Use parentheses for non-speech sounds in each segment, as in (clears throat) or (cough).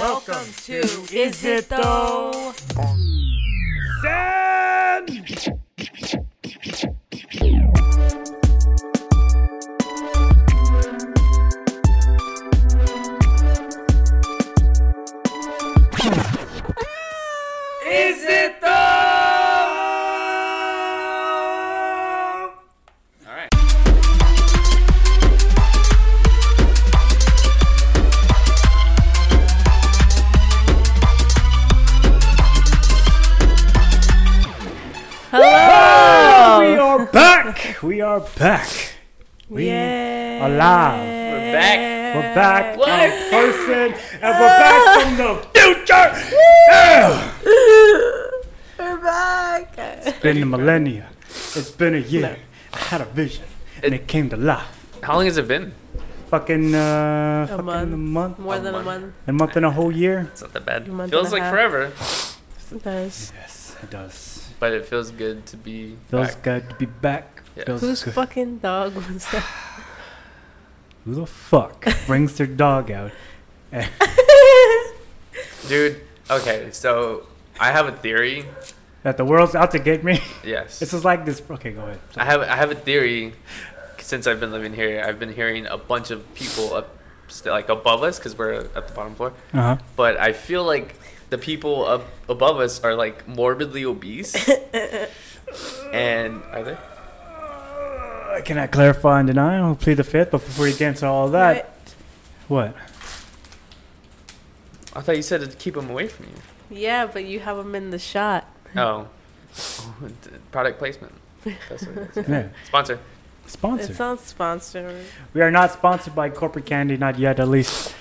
Welcome to Is It Though? Is It Though? We are back. We are back. We are live. We're Eh. back. We're back in person, and we're back from the future. Yeah. We're back. It's been a millennia. It's been a year. I had a vision, and it came to life. How long has it been? Fucking uh, fucking month. a month, More than a month. month a month and a whole year. It's not that bad. A month Feels and a like half. forever, sometimes. Yes, it does. but it feels good to be Feels back. good to be back. Yeah. Feels Whose good. fucking dog was (laughs) that? Who the fuck brings their dog out? Dude, okay, so I have a theory. That the world's out to get me. (laughs) Yes. This is like this. Okay, go ahead. I have I have a theory. Since I've been living here, I've been hearing a bunch of people up, st- like above us, because we're at the bottom floor. Uh huh. But I feel like the people up above us are like morbidly (laughs) obese. and are they? Uh, I cannot clarify and deny. I'll plead the fifth, but before you get into all that, what? I thought you said to keep them away from you. Yeah, but you have him in the shot. Oh, Oh, d- product placement. That's what it is. yeah. Yeah. Sponsor. Sponsored. It's not sponsored. we are not sponsored by corporate candy, not yet, at least.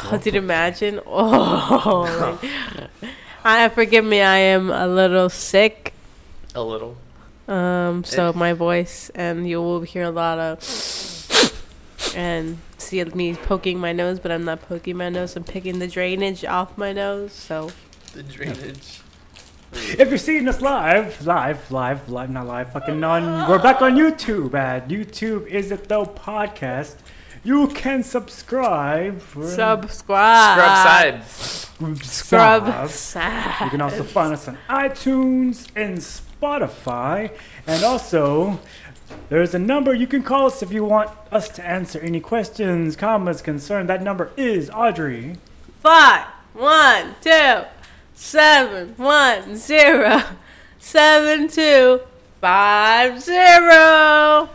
Oh, dude, imagine. (laughs) Oh, like, I forgive me. I am a little sick. A little. Um, so my voice, and you will hear a lot of. And see me poking my nose, but I'm not poking my nose. I'm picking the drainage off my nose. So The drainage. If you're seeing us live, live, live, live, not live, fucking on, we're back on YouTube at YouTube Is It Though Podcast. You can subscribe. For subscribe. Scrub side. Scrub Subscribe. side. You can also find us on iTunes and Spotify. And also, there's a number you can call us if you want us to answer any questions, comments, concern. That number is Audrey. five, one, two, seven, one, zero, seven, two, five, zero.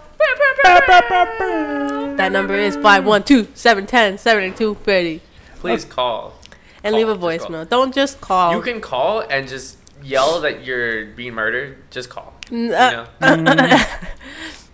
That number is five, one, two, seven, ten, seventy-two, thirty, Please call. and leave a Call, just call. voicemail. Don't just call. You can call and just yell that you're being murdered. Just call. N- You uh, know?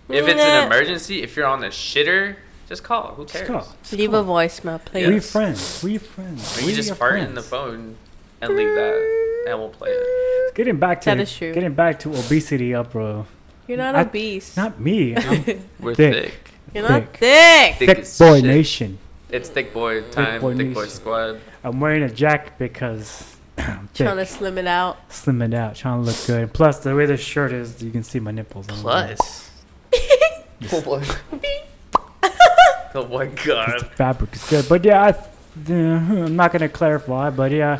if it's an uh, emergency, if you're on the shitter, just call. Who Just cares? call. Leave a voicemail, please. We Yes. friends. We friends. Or you We just are fart friends. in the phone and leave that, and we'll play it. Getting back to That is true. getting back to obesity, up, bro. You're not I- obese. (laughs) Not me. I'm thick, We're Thick. thick. You're not thick. thick. Thick as boy shit. nation. It's thick boy time. Thick boy boy, nation. squad. I'm wearing a jacket because (clears throat) I'm thick. Trying to slim it out. slim it out, trying to look good. Plus, the way this shirt is, you can see my nipples. on the back. Plus. oh boy. oh my Just the god. fabric is good. But yeah, I, th- yeah, I'm not gonna clarify. But yeah,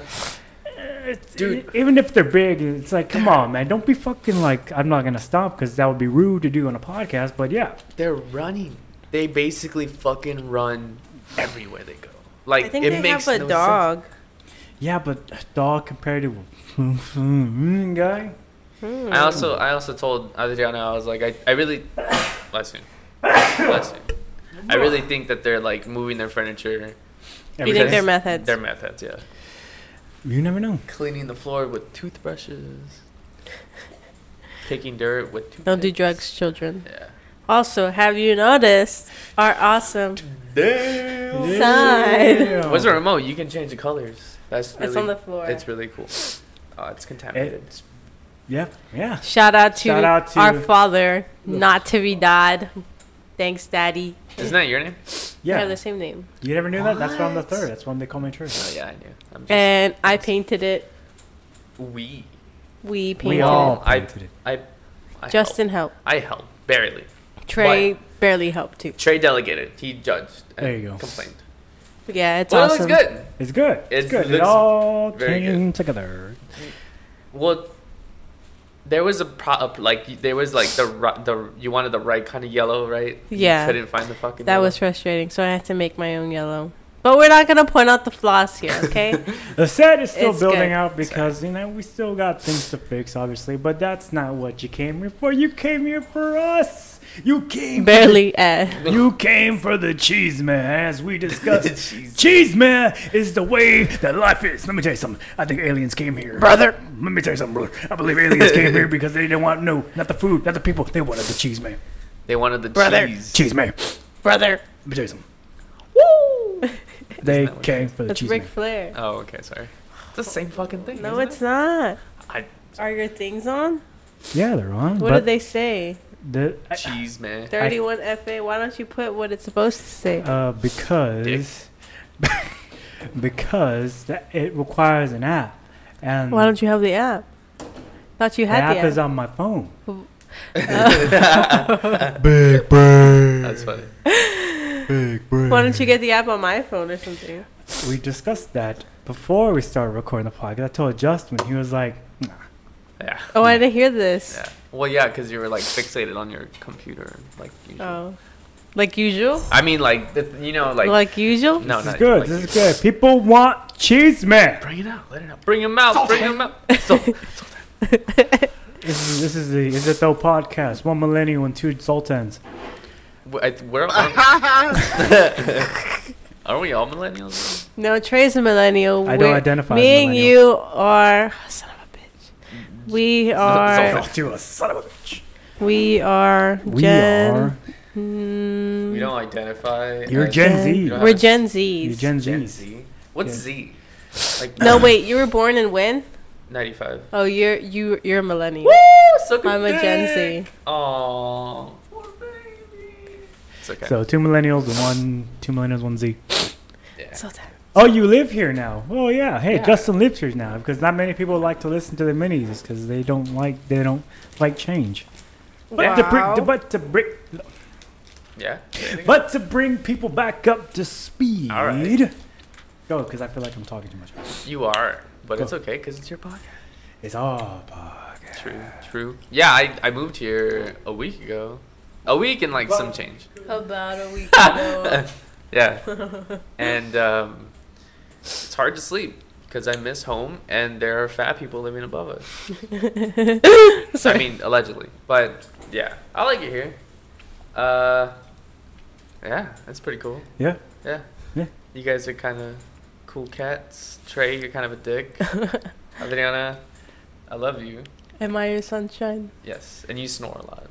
it's, Dude. e- even if they're big, it's like, come on, man, don't be fucking like. I'm not gonna stop because that would be rude to do on a podcast. But yeah, They're running. They basically fucking run everywhere they go. Like I think it they makes have a no sense. dog. yeah, but a dog compared to a mm, guy, Hmm. I also I also told Adriana I was like I, I really bless you. Bless you. I really think that they're like moving their furniture. You think because- they're meth heads? They're meth heads, yeah. you never know. Cleaning the floor with toothbrushes. Picking dirt with toothbrushes. Don't do drugs, children. Yeah. Also, have you noticed our awesome Damn. sign? Yeah. What's the remote? You can change the colors. That's really It's on the floor. It's really cool. Oh, it's contaminated. It's, yeah, yeah. Shout out to, Shout out to- our father, not to be died. Thanks, Daddy. Isn't that your name? Yeah, Yeah, the same name. you never knew that. That's why I'm the What? third. That's why they call me true. Oh yeah, I knew. I'm just And I painted it. we. We painted We all it. I- painted it. I. I Justin helped. Helped. I helped barely. Trey barely helped too. Trey delegated. He judged. and There you go. Complained. Yeah, it's Well, it awesome. looks good. It's good. It's, It's- good. It looks all very came together. Well, there was a pro- a- like there was like the ri- the you wanted the right kind of yellow, right? Yeah. You couldn't find the fucking. That yellow. was frustrating, so I had to make my own yellow. But we're not gonna point out the flaws here, (laughs) okay? (laughs) The set is still It's building good. out because you know we still got things to fix, obviously. But that's not what you came here for. You came here for us. You came Barely. Uh, You came for the cheese man, as (laughs) we discussed. Jeez. cheese man is the way that life is. Let me tell you something. I think aliens came here, brother. Let me tell you something, brother. I believe aliens came here because they didn't want no, not the food, not the people. They wanted the cheese man. They wanted the Brother. cheese. Cheese man. brother. Let me tell you something. Woo! They what- came for the That's cheese Ric man. Uh, Flair. Oh, okay, sorry. It's the same fucking thing. No, isn't it's it? not. I, Are your things on? Yeah, they're on. What but do they say? The, cheese man. (laughs) 31 FA. Why don't you put what it's supposed to say? uh, because (laughs) because that, it requires an app, and Why don't you have the app? Thought you the had app the is on my phone. Big brain. That's funny. Big brain. Why don't you get the app on my phone or something? we discussed that before we started recording the podcast. I told Justin, he was like, Yeah. Oh, I didn't hear this. Yeah. Well, yeah, because you were like fixated on your computer, like. Usual. Oh, like usual. I mean, like th- you know, like, Like, usual. no, "This not is good. like- this is good. People want cheese, man. Bring it out. Let it out. Bring him out. Bring him out. So, (laughs) This is this is the is it though podcast. One millennial and two sultans. w- I- where are, (laughs) (laughs) are we all millennials? No, Trey's a millennial. I don't We're- identify as Me a and millennial. you are son of a bitch. We Sorry. are. Talk to us, son of a bitch. we are. We Gen, are. Mm, We don't identify. You're as Gen Z. Gen- don't We're have- Gen Zs. You Gen Gen Z. Z. What's Z? Like no, wait. You were born in when? ninety-five. Oh, you're you you're a millennial. I'm a Gen Z. Oh, poor baby. It's okay. So two millennials and one two millennials, one Z. yeah. So sad. Oh, you live here now. Oh yeah. Hey, Yeah. Justin lives here now because not many people like to listen to the minis because they don't like they don't like change. But to Wow. bring, but to bring, yeah. But to bring people back up to speed. All right. Go, because I feel like I'm talking too much. you are, but it's Cool. okay because it's your podcast. It's all podcast. True. True. Yeah, I, I moved here a week ago. A week and like some change. (laughs) About a week ago. Yeah. and um, it's hard to sleep because I miss home and there are fat people living above us. I mean, allegedly. But yeah, I like it here. Uh, yeah, that's pretty cool. Yeah. Yeah. Yeah. You guys are kind of cool cats. Trey, you're kind of a dick. Adriana, I love you. Am I your sunshine? Yes. And you snore a lot. (laughs)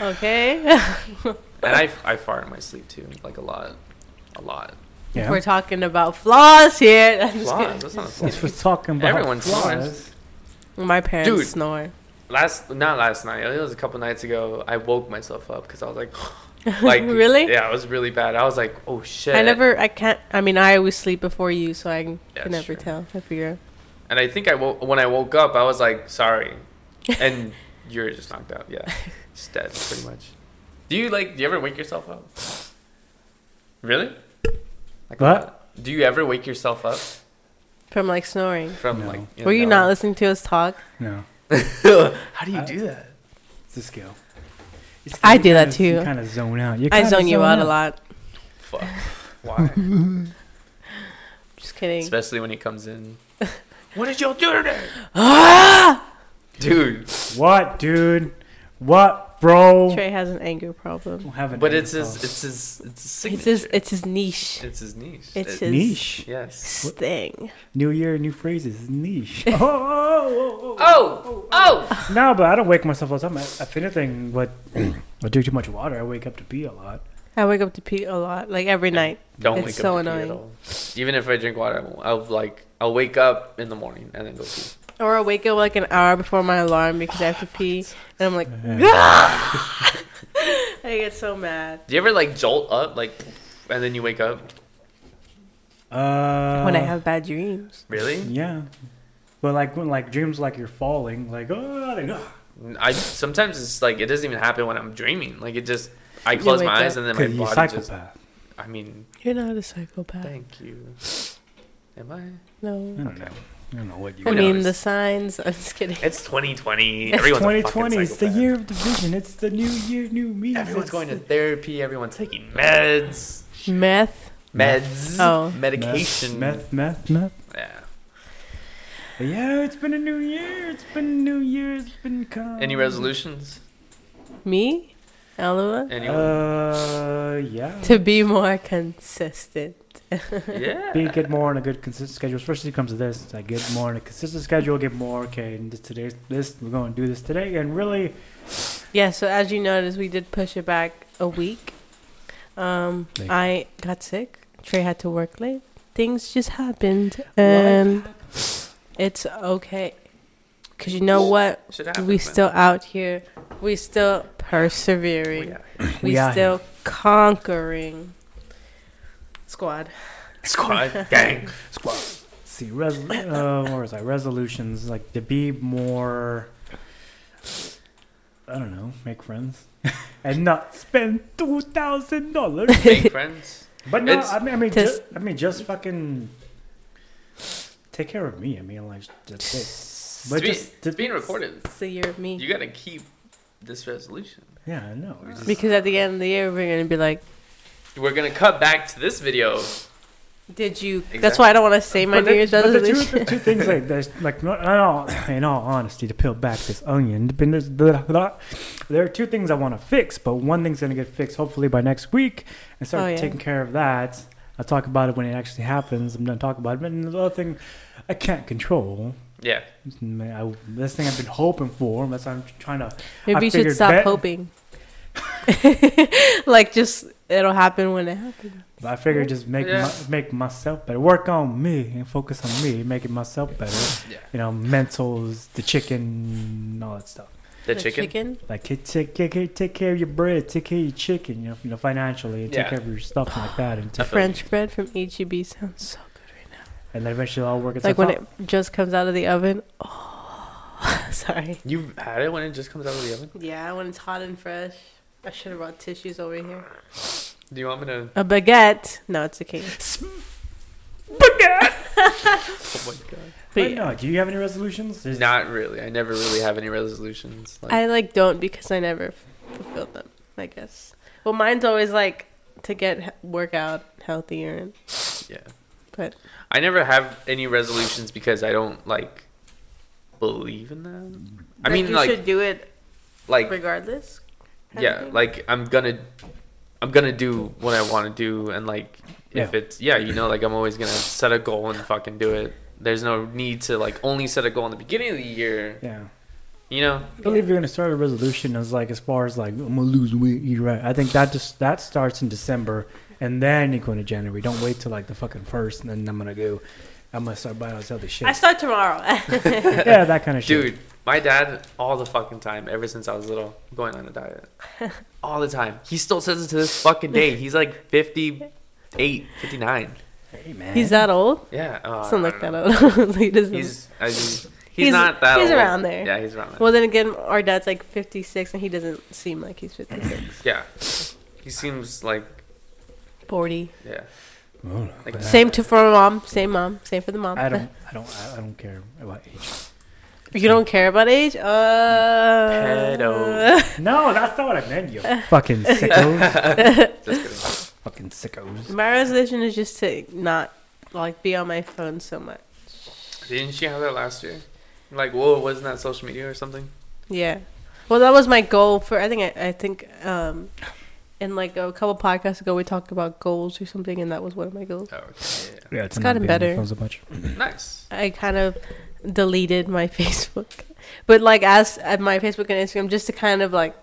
Okay. And I, I fart in my sleep too, like a lot. A lot. Yeah. We're talking about flaws here. (laughs) I'm just Flaws, that's not a That's flaw. what talking about. Everyone flaws. kidding. My parents Dude. snore. Last, not last night. It was a couple nights ago. I woke myself up because (laughs) I was like, like Really? Yeah, it was really bad. I was like, oh shit. I never. I can't. I mean, I always sleep before you, so I can, Yeah, can that's never true. tell if you're. And I think I woke when I woke up. I was (laughs) like, sorry, and you're just knocked out. Yeah, just dead pretty much. Do you like? Do you ever wake yourself up? Really? Like What? Do you ever wake yourself up From like snoring. from No. like? Were you not (laughs) listening to us talk? No, not? (laughs) How do you do that? it's a skill. It's I kinda- do that You too. kind of zone out. You I kinda zone you out a out. lot. (laughs) Fuck. Why? Just kidding. (gasps) Especially when he comes in. (laughs) what did y'all do today? Dude, What, dude? What, bro? Trey has an anger problem. Don't have an but anger it's his, problem. it's his, it's his It's signature. his. It's his niche. It's his niche. It's It- his niche. Yes. thing. New year, new phrases. Niche. (laughs) oh, oh, oh, oh, (laughs) Oh, oh. oh. No, but I don't wake myself up. I- If anything, but (clears throat) I drink too much water. I wake up to pee a lot. I wake up to pee a lot, like every night. Don't It's wake so up to pee annoying. At all. Even if I drink water, I won't. I'll like I'll wake up in the morning and then go pee. Or I wake up like an hour before my alarm because I have to pee, and I'm like, I get so mad Do you ever like jolt up like, and then you wake up? (laughs) Uh, when I have bad dreams. Really? Yeah. But like when like dreams like you're falling, like oh like, ah. I sometimes it's like it doesn't even happen when I'm dreaming. Like it just I close wake my eyes up. and then Cause you my body just psychopath. I mean, You're not a psychopath. thank you. Am I? I No. don't know. I don't know what you. I Who mean, knows? the signs. (laughs) I'm just kidding. It's 2020. It's Everyone's 2020 2020. is the year of division. It's the new year, new me. Everyone's It's going to therapy. Everyone's taking meds. Meth. Meds. Oh. Medication. Meth, meth, meth, meth. Yeah. But yeah, it's been a new year. It's been a new year. It's been coming. Any resolutions? Me? Alua? Anyone? Uh, yeah. To be more consistent. yeah. Be get more on a good consistent schedule, especially when it comes to this. I get more on a consistent schedule. Get more okay. And this today's this we're going to do this today, and really, (laughs) Yeah, so as you noticed, we did push it back a week. Um, Thank you. I got sick. Trey had to work late. Things just happened. And it's okay. Because you know what? Should happen, We man. still out here. We still We persevering. got it. We, We out still conquering. Squad. Squad. Gang. squad. See, res- uh, where was I? Resolutions like to be more. I don't know, make friends, (laughs) and not spend two thousand dollars. Make friends. But no, It's- I mean, I mean, to just, I mean, just fucking take care of me. I mean, like, that's it. It's But just It's, being, to- it's being recorded. the year of me. You gotta keep this resolution. yeah, I know. It's just- Because at the end of the year, we're gonna be like, We're gonna cut back to this video. "Did you?" That's why I don't want to say my but New Year's the, but the two, resolution. the two things like there's like no, in all, in all honesty to peel back this onion depend- blah, blah. there are two things I want to fix but one thing's gonna get fixed hopefully by next week and start Oh, yeah. taking care of that I'll talk about it when it actually happens I'm done talking about it and the other thing I can't control Yeah. Man, I, this thing I've been hoping for that's why I'm trying to I Maybe you should figured stop bet- hoping. (laughs) like, just it'll happen when it happens. But I figure just make Yeah. my, make myself better. Work on me and focus on me, making myself better. Yeah. You know, mentals, the chicken, all that stuff. The, chicken. Like take take take care- take care of your bread, take care of your chicken. You know, you know financially, and take Yeah. care of your stuff like that, and, I feel French bread from HEB sounds so good right now. and then eventually I'll work. like itself when out. it just comes out of the oven. Oh, (laughs) sorry. you. You've had it when it just comes out of the oven. Yeah, when it's hot and fresh. I should have brought tissues over here. Do you want me to? A baguette. No, it's a cake. Oh my god. But But no, do you have any resolutions? Is- Not really. I never really have any resolutions. Like, I like don't because I never fulfilled them. I guess. Well, mine's always like to get he- workout healthier, and yeah. but I never have any resolutions because I don't like believe in them. I mean, you like, should do it like regardless. kind of yeah thing. like i'm gonna i'm gonna do what i want to do and like if Yeah. it's yeah you know like i'm always gonna set a goal and fucking do it there's no need to like only set a goal in the beginning of the year Yeah, you know I believe you're gonna start a resolution as like as far as like I'm gonna lose weight, eat right. I think that just that starts in December, and then you go into January. Don't wait till like the fucking first, and then I'm gonna go. I'm gonna start buying all this other shit. I start tomorrow. (laughs) yeah, that kind of shit. dude my dad all the fucking time ever since i was little going on a diet (laughs) all the time he still says it to this fucking day he's like 58 59 Hey, man. he's that old. yeah uh, Something I like don't that know. old. (laughs) he doesn't. he's I mean, he's, He's- not that he's old. around there. yeah he's around there well, then again, our dad's like 56, and he doesn't seem like he's 56. yeah he seems like 40. yeah Oh, Like- but Same to for mom. Same mom. Same for the mom. I, I don't. I don't. I don't care about age. (laughs) You don't care about age? Uh, Pedo. No, that's not what (laughs) I meant. You fucking sickos. just kidding fucking sickos. My resolution is just to not like be on my phone so much. Didn't she have that last year? Like, whoa, wasn't that social media or something? Yeah. Well, that was my goal for. I think. I, I think. Um, in like a couple podcasts ago, we talked about goals or something, and that was one of my goals. Oh, okay. Yeah, it's gotten better. So much. yeah. nice. I kind of deleted my (laughs) Facebook, but like as at my Facebook and Instagram, just to kind of like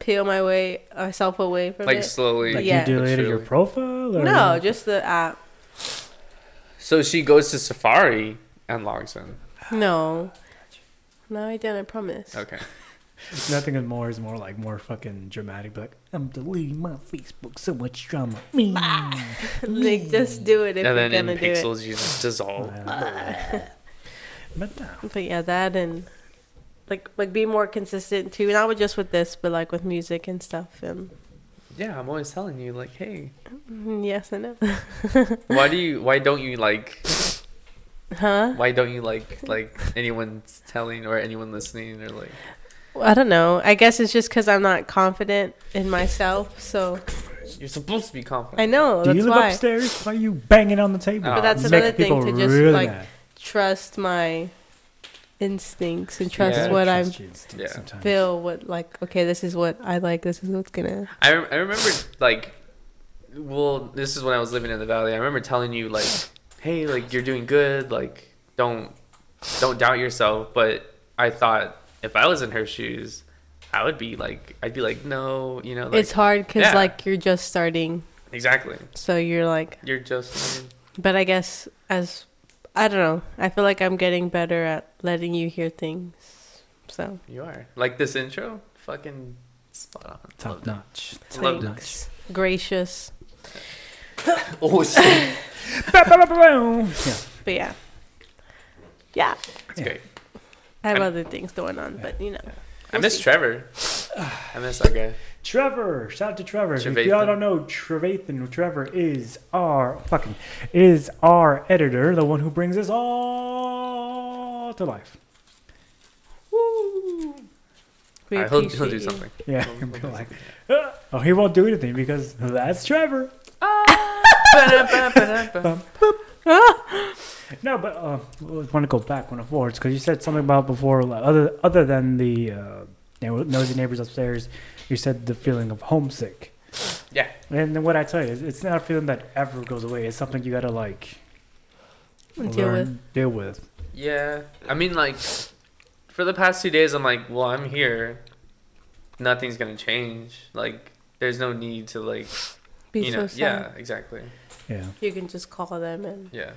peel my way myself away from Like it. slowly. Like Yeah. you deleted your Surely. profile? Or No, just the app. So she goes to Safari and logs in. No. No, I didn't. I promise. Ah. Okay. nothing is more is more like more fucking dramatic. But like I'm deleting my Facebook. So much drama. (laughs) (laughs) Me. like just do it if and you're then gonna in do it. pixels, you just dissolve. but no. But yeah, that and like like be more consistent too, not with just with this, but like with music and stuff and yeah, I'm always telling you, like, hey, Mm, Yes, I know. why do you, why don't you like, (laughs) Huh? why don't you like, like anyone telling or anyone listening or like, Well, I don't know. I guess it's just because I'm not confident in myself. So you're supposed to be confident. I know Do that's you live why upstairs? Why are you banging on the table? But Oh. that's Making another thing people to just, really like, mad. trust my instincts and trust Yeah. what Trust I your instincts Yeah. sometimes. feel. What like okay, this is what I like. This is what's gonna. I, rem- I remember like well this is when i was living in the valley i remember telling you like hey like you're doing good like don't don't doubt yourself but i thought if i was in her shoes i would be like i'd be like no you know like it's hard because yeah. like you're just starting, exactly so you're like. you're just But I guess as I don't know, I feel like I'm getting better at letting you hear things. So you are like this intro fucking spot on (laughs) Top notch. Love thanks, gracious. oh shit. Ba-ba-ba-ba-boom. yeah. But yeah, yeah. it's great I have I'm- other things going on, but you know. i miss trevor i miss that guy Trevor, shout out to Trevor. If y'all Trevathan. don't know, Trevathan, Trevor is our fucking is our editor, the one who brings us all to life. We All right, he'll, he'll do appreciate you. something Yeah, He'll- he'll he'll be do like, "Ah." oh, he won't do anything because that's Trevor. something. No, but uh, I want to go back one of forwards because you said something about before, like, other other than the uh, no- nosy neighbors upstairs, you said the feeling of homesick. Yeah. And then what I tell you is, it's not a feeling that ever goes away. It's something you gotta like Deal with. deal with. Yeah. I mean, like, for the past two days, I'm like, well, I'm here. Nothing's going to change. Like, there's no need to, like, Be you so know. sad. yeah, exactly. Yeah. You can just call them and Yeah.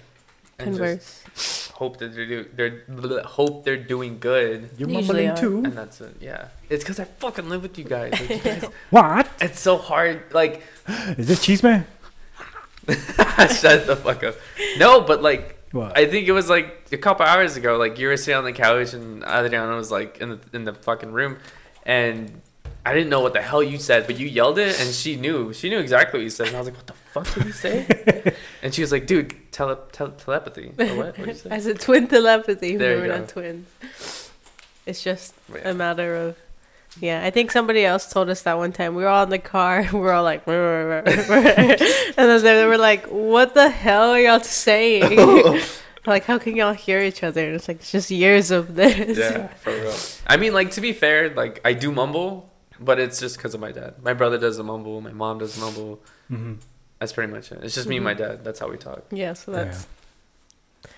And just converse. hope that they're, do- they're bleh, hope they're doing good. You're They usually mumbling are. too. And that's it. Yeah. It's because I fucking live with (laughs) you guys. Like, you guys- What? it's so hard. Like, (laughs) Is this cheese man? shut the fuck up. No, but, like, What? I think it was like a couple hours ago. Like you were sitting on the couch and Adriana was like in the in the fucking room, and I didn't know what the hell you said, but you yelled it, and she knew. She knew exactly what you said, and I was like, "What the fuck did you say?" (laughs) and she was like, "Dude, tele, tele- telepathy or (laughs) what? What you say?" As a twin telepathy, There there you we're go. not twins. It's just But a yeah. matter of. Yeah, I think somebody else told us that one time. We were all in the car. (laughs) We were all like, "Rrr, rrr, rrr, (laughs) rrr." and then they were like, "What the hell are y'all (laughs) saying? Oh. (laughs) like, how can y'all hear each other?" And it's like it's just years of this. (laughs) yeah, for real. I mean, like to be fair, like I do mumble, but it's just because of my dad. My brother doesn't mumble. My mom doesn't mumble. Mhm. That's pretty much it. It's just me and my Mhm. dad. That's how we talk. (laughs) Yeah, so that's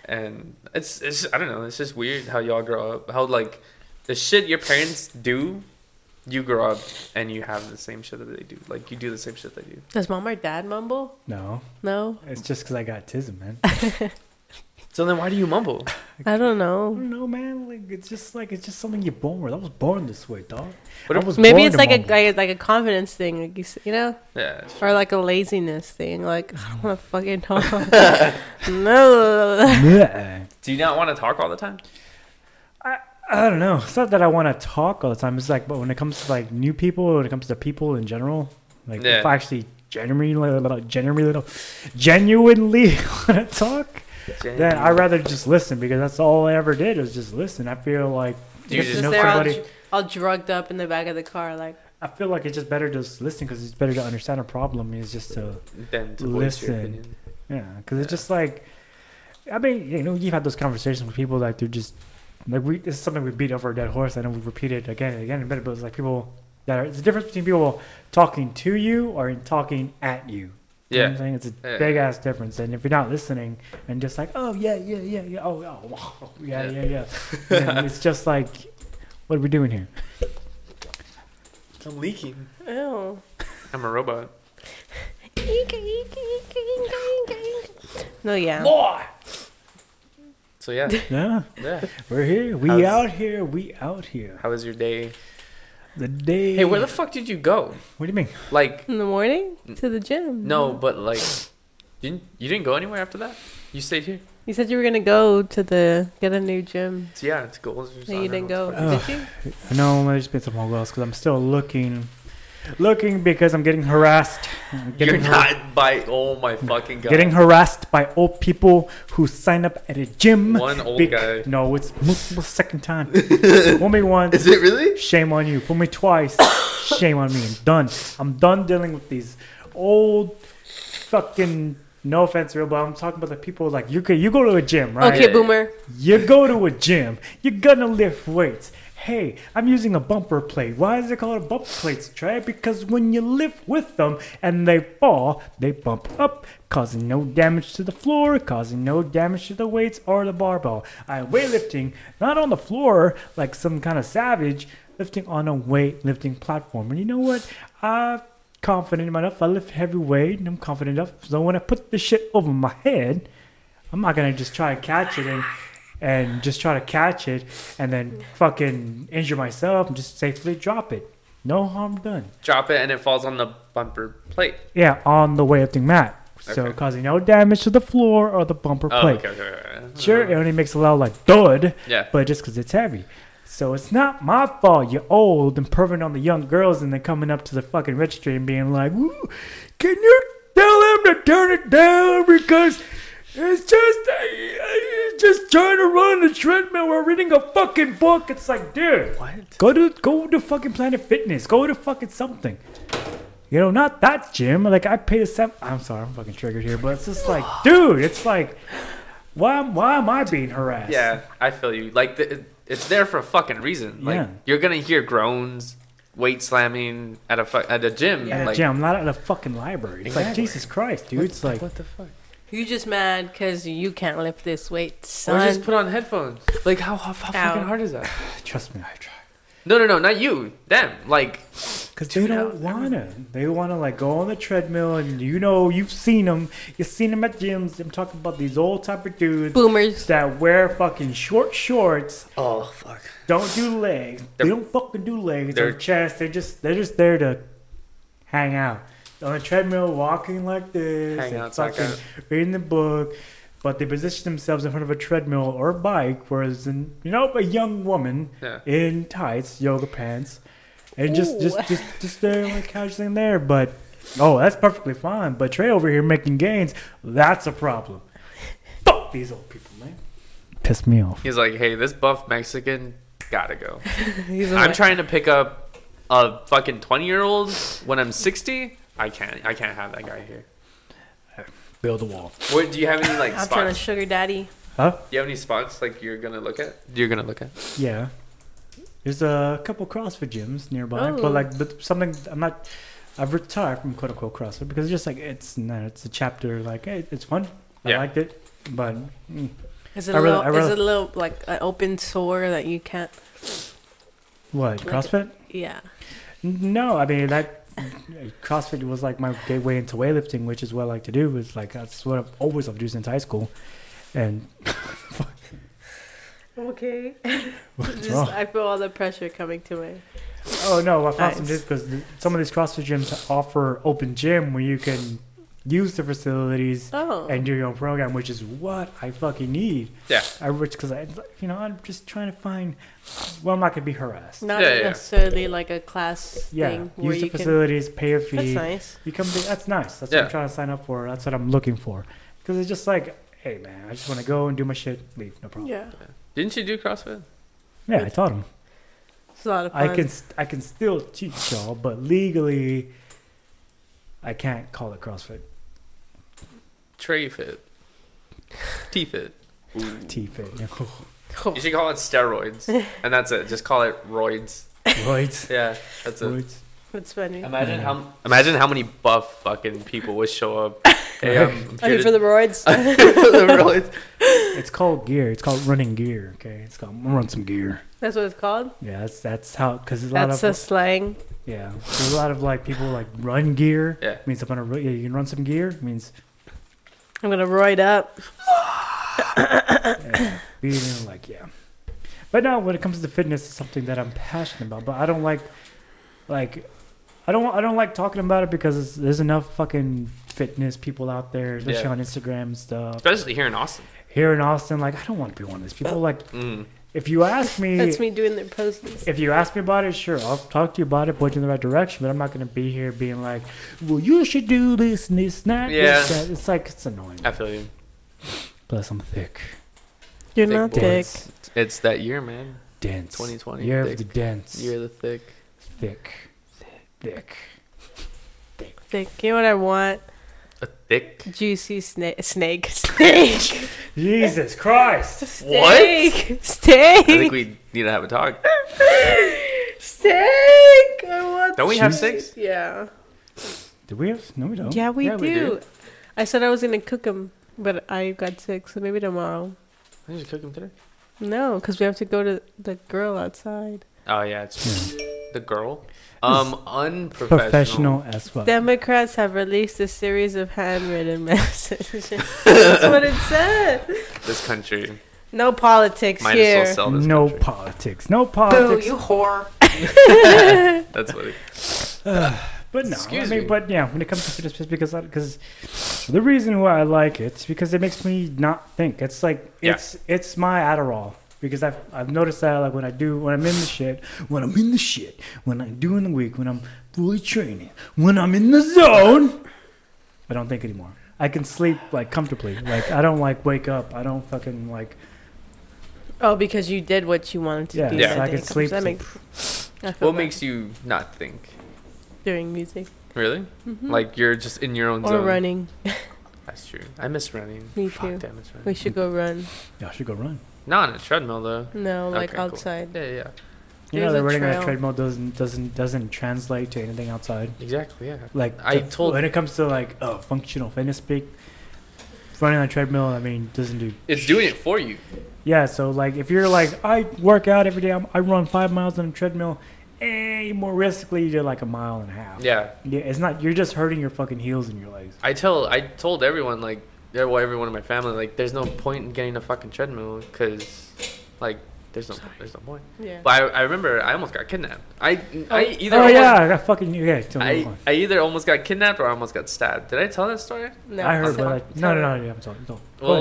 and it's it's I don't know. It's just weird how y'all grow up. How like the shit your parents do, you grow up and you have the same shit that they do. Like you do the same shit they do. does mom or dad mumble? No, No, it's just because I got tism, man. So then why do you mumble? I don't know. no, man. Like it's just like it's just something you're born with. I was born this way, dog. What if- I was Maybe born it's to like a mumble. like, like a confidence thing, like you, s- you know, Yeah. or like a laziness thing. Like I don't want to fucking talk. (laughs) no, Yeah. Do you not want to talk all the time? I don't know. It's not that I want to talk all the time. It's like, but when it comes to like new people, when it comes to people in general, like Yeah. if I actually genuinely, genuinely, genuinely want to talk, then I'd rather just listen because that's all I ever did was just listen. I feel like Do you get to just- know they're all, somebody- dr- all drugged up in the back of the car, like I feel like it's just better to just listen because it's better to understand a problem. It's just to Then to voice your Listen. opinion. yeah, because it's Yeah. just like I mean you know you've had those conversations with people like they're just like we this is something we beat over a dead horse and then we repeat it again and again and again, but it's like people that are it's the difference between people talking to you or in talking at you. You know what Yeah. I'm saying it's a Yeah. big ass difference, and if you're not listening and just like, oh yeah, yeah, yeah, yeah, oh, oh wow, (laughs) yeah, Yeah. yeah, yeah, (laughs) then it's just like, what are we doing here? I'm leaking. oh, I'm a robot. no, yeah. So yeah. Yeah, Yeah. we're here, we How's- out here, we out here. How was your day? The day. Hey, where the fuck did you go? What do you mean? Like In the morning to the gym. no, but like didn't you didn't go anywhere after that? You stayed here? you said you were gonna go to the get a new gym. So yeah, it's goals. No, you didn't go. Ugh. Did you? No, there's been some more because I'm still looking looking because I'm getting harassed. I'm You're getting har- not by. Oh my fucking god. Getting harassed by old people who sign up at a gym. One old guy. No, it's multiple second (laughs) time. Fool me once. Is it really? Shame on you. Fool me twice. shame on me. I'm done. I'm done dealing with these old fucking. No offense, real, but I'm talking about the people like you. Could, you go to a gym, right? Okay, boomer. You go to a gym, you're gonna lift weights. Hey, I'm using a bumper plate. Why is it called a bumper plate, Trey? Because when you lift with them and they fall, they bump up, causing no damage to the floor, causing no damage to the weights or the barbell. I'm weightlifting, not on the floor like some kind of savage, lifting on a weightlifting platform. And you know what? I confident enough. I lift heavy weight, and I'm confident enough. So when I put this shit over my head, I'm not gonna just try and catch it and and just try to catch it and then fucking injure myself and just safely drop it. No harm done. Drop it and it falls on the bumper plate. Yeah, on the weightlifting mat. So Okay. causing no damage to the floor or the bumper Oh, plate. okay, okay, okay, okay. Sure, it only makes a loud like thud, Yeah. but just 'cause it's heavy. So it's not my fault you're old and perving on the young girls and then coming up to the fucking registry and being like, "Ooh, can you tell him to turn it down because it's just, uh, it's just trying to run a treadmill or reading a fucking book. It's like, dude, What? go to, go to fucking Planet Fitness. Go to fucking something. You know, not that gym. Like I paid a seven. I'm sorry, I'm fucking triggered here, but it's just like, dude, it's like, why, am- why am I being harassed? Yeah, I feel you. Like the, it- it's there for a fucking reason. Like Yeah. you're gonna hear groans, weight slamming at a fu- at a gym. At like, a gym, not at a fucking library. It's like Jesus Christ, dude. It's like What the fuck? You just mad because you can't lift this weight, son. Or just put on headphones. Like how how, how Ow. fucking hard is that? trust me, I try. No, no, no, not you. Them. Like Cause they don't wanna. They wanna like go on the treadmill, and you know you've seen them. You've seen them at gyms. I'm talking about these old type of dudes Boomers. that wear fucking short shorts. oh fuck. Don't do legs. They They're- don't fucking do legs or they're- chest. They just they're just there to hang out on the treadmill, walking like this, Hang and out, suck fucking out. reading the book. But they position themselves in front of a treadmill or a bike, whereas in, you know a young woman Yeah. in tights, yoga pants, and just just Ooh. just just there like casually in there. But oh, that's perfectly fine. But Trey over here making gains, that's a problem. Fuck these old people, man. Piss me off. He's like, hey, this buff Mexican gotta go. (laughs) He's I'm like, trying to pick up a fucking twenty year old when I'm sixty. I can't. I can't have that guy here. Build a wall. What, do you have any like (laughs) I'm trying to spots? sugar daddy. Huh? do you have any spots like you're gonna look at? You're gonna look at. Yeah. There's a couple CrossFit gyms nearby, Oh. but like, but something I'm not. I've retired from quote unquote CrossFit because it's just like it's not. It's a chapter like hey, it's fun. I Yeah. liked it, but mm, Is it I a really- little? I really- Is it a little like an open sore that you can't? what Like- CrossFit? Yeah. No, I mean that (laughs) CrossFit was like my gateway into weightlifting, which is what I like to do. Is like that's what I've always loved doing since high school, and (laughs) Okay. what's Just, wrong? I feel all the pressure coming to me. Oh no, I found some Nice. just because some of these CrossFit gyms offer open gym where you can use the facilities Oh. and do your own program, which is what I fucking need. Yeah. I which because I you know I'm just trying to find well I'm not gonna be harassed. Not Yeah, yeah, yeah. necessarily like a class Yeah, thing where use the you can. facilities, pay a That's fee. nice. You come. To, that's nice. That's what I'm Yeah. trying to sign up for. That's what I'm looking for. Because it's just like, hey man, I just want to go and do my shit, leave, no problem. Yeah, Yeah. Didn't you do CrossFit? I taught him. It's a lot of I fun. can st- I can still teach y'all, but legally, I can't call it CrossFit. Tray fit. (laughs) T fit. T fit. (laughs) You should call it steroids. and that's it. Just call it roids. Right. Yeah, that's it. Right. It's funny. Imagine how imagine how many buff fucking people would show up. (laughs) Hey, I'm, I'm Are here you for to- (laughs) the roids? (laughs) for the roids. It's called gear. It's called running gear. Okay. It's called I'm gonna run some gear. That's what it's called. Yeah, that's that's how because a lot That's a of slang. yeah, there's a lot of like people like run gear. Yeah. means I'm gonna ru- yeah, you can run some gear. Means I'm gonna roid up. yeah, being like yeah. But now when it comes to fitness, it's something that I'm passionate about. But I don't like like I don't I don't like talking about it because it's, there's enough fucking fitness people out there, especially Yeah. on Instagram and stuff. Especially here in Austin. Here in Austin, like I don't want to be one of those people. Like Mm. If you ask me, That's me doing their poses. if you ask me about it, sure, I'll talk to you about it, point you in the right direction. But I'm not gonna be here being like, "Well, you should do this, and this, and that." this, Yeah. that." It's like it's annoying. I feel you. Plus, I'm thick, You're Thick not boy. thick. It's that year, man. dense. 2020, Year thick. of the dense. Year of the thick. thick. Thick. Thick. You know what I want? A thick. Juicy snake. Snake. (laughs) Steak. Jesus Christ! What? Steak. I think Steak. we need to have a talk. Steak. (laughs) I want. Don't we have steak. six? Yeah. Do we have? No, Oh, we don't. Yeah, we, yeah, do. we do. I said I was gonna cook them, but I got sick, so maybe tomorrow. Did you cook them today? No, because we have to go to the grill outside. Oh yeah, it's the girl. This Um, unprofessional. Professional as fuck. Democrats have released a series of handwritten (laughs) messages. That's what it said. This country No politics might here. as well sell this. No country. politics. No politics. whore. That's funny. But no, Excuse I mean, me. but yeah, when it comes to fitness, just because because the reason why I like it is because it makes me not think. It's like Yeah. it's it's my Adderall because I've I've noticed that like when I do when I'm in the shit when I'm in the shit when I'm doing the week when I'm fully training when I'm in the zone, I don't think anymore. I can sleep like comfortably. Like I don't like wake up. I don't fucking like Oh, because you did what you wanted to Yeah, do. Yeah. that so I day could comes. sleep That to- makes- I feel What bad. makes you not think? doing music Really? Mm-hmm. Like you're just in your own Hmm. or zone. running? That's true. I miss running. Me Fuck, too. damn, it's running. We should go run. y'all should go run. Not on a treadmill though. No, like Okay, cool. outside. Yeah, yeah, yeah. You There's know a that running on trail. a treadmill doesn't doesn't doesn't translate to anything outside. Exactly. Yeah. like I to- told- when it comes to like oh functional fitness speak running on a treadmill i mean doesn't do It's doing it for you. yeah so like if you're like i work out every day I'm, i run five miles on a treadmill eh, you more realistically you do like a mile and a half Yeah. yeah it's not you're just hurting your fucking heels and your legs I tell I told everyone like there- well everyone in my family like there's no point in getting a fucking treadmill because like there's no there's no point. Yeah. But I, I remember I almost got kidnapped. I I either oh almost, yeah i got fucking yeah tell me I, more. I either almost got kidnapped or I almost got stabbed. Did I tell that story? No, I heard so- but like, no no no no i'm sorry don't. Go ahead.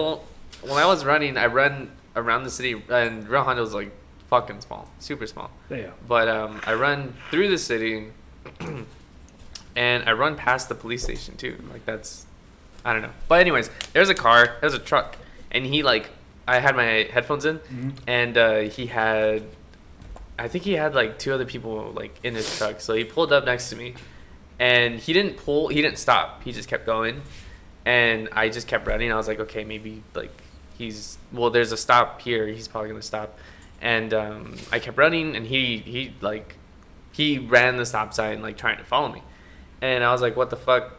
Well, when I was running, I run around the city and Rio Hondo was like fucking small, super small. yeah But um, I run through the city, (clears throat) and I run past the police station too. Like that's, I don't know. But anyways, there's a car, there's a truck, and he like, I had my headphones in, Mhm. and uh, he had, I think he had like two other people like in his truck. So he pulled up next to me, and he didn't pull, he didn't stop. He just kept going, and I just kept running. I was like, okay, maybe like he's well, there's a stop here. He's probably gonna stop, and um, I kept running, and he he like he ran the stop sign like trying to follow me, and I was like, what the fuck?